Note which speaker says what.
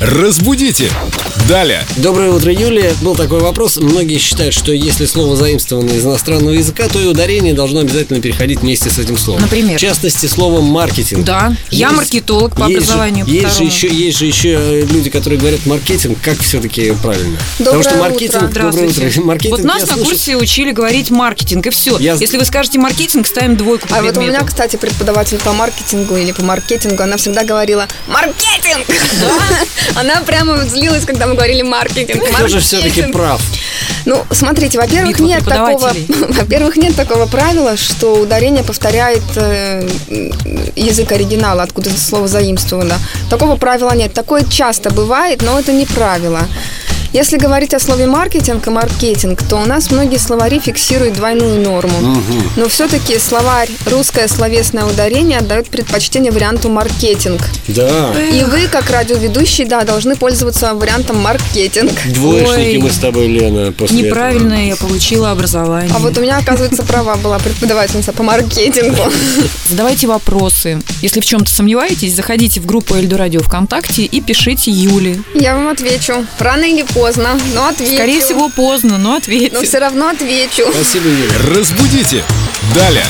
Speaker 1: Разбудите! Далее!
Speaker 2: Доброе утро, Юлия. Был такой вопрос. Многие считают, что если слово заимствовано из иностранного языка, то и ударение должно обязательно переходить вместе с этим словом.
Speaker 3: Например?
Speaker 2: В частности, словом маркетинг.
Speaker 3: Да, я
Speaker 2: Есть-
Speaker 3: маркетолог по
Speaker 2: есть же-
Speaker 3: образованию. по
Speaker 2: есть, же
Speaker 3: второму.
Speaker 2: еще, есть же еще люди, которые говорят маркетинг, как все-таки правильно? Потому
Speaker 4: Доброе
Speaker 2: что
Speaker 4: утро.
Speaker 2: маркетинг, доброе
Speaker 3: Здравствуйте.
Speaker 2: утро. Маркетинг
Speaker 3: вот нас
Speaker 2: я
Speaker 3: на
Speaker 2: слушал-
Speaker 3: курсе учили говорить маркетинг, и все.
Speaker 2: Я-
Speaker 3: Если вы скажете маркетинг, ставим двойку по
Speaker 4: А вот у меня,
Speaker 3: предмету.
Speaker 4: кстати, преподаватель по маркетингу или по маркетингу, она всегда говорила «маркетинг!» Она прямо вот злилась, когда мы говорили «маркетинг».
Speaker 2: Кто же
Speaker 4: маркетинг».
Speaker 2: все-таки прав?
Speaker 4: Ну, смотрите, во-первых,
Speaker 3: Битва
Speaker 4: нет такого,
Speaker 3: преподавателей.
Speaker 4: во-первых, нет такого правила, что ударение повторяет э, м, язык оригинала, откуда это слово заимствовано. Такого правила нет. Такое часто бывает, но это не правило. Если говорить о слове маркетинг и маркетинг, то у нас многие словари фиксируют двойную норму. Но все-таки словарь русское словесное ударение отдает предпочтение варианту маркетинг.
Speaker 2: Да.
Speaker 4: И вы, как радиоведущий, да, должны пользоваться вариантом маркетинг.
Speaker 2: Двоечники
Speaker 3: Ой.
Speaker 2: мы с тобой, Лена, после этого.
Speaker 3: Неправильное я получила образование.
Speaker 4: А вот у меня, оказывается, права была преподавательница по маркетингу.
Speaker 3: Задавайте вопросы. Если в чем-то сомневаетесь, заходите в группу Эльду Радио ВКонтакте и пишите Юле.
Speaker 4: Я вам отвечу. Рано или поздно, но отвечу.
Speaker 3: Скорее всего, поздно, но
Speaker 4: Но
Speaker 3: ответьте.
Speaker 4: все равно отвечу.
Speaker 2: Спасибо, Юля.
Speaker 1: Разбудите! Далее!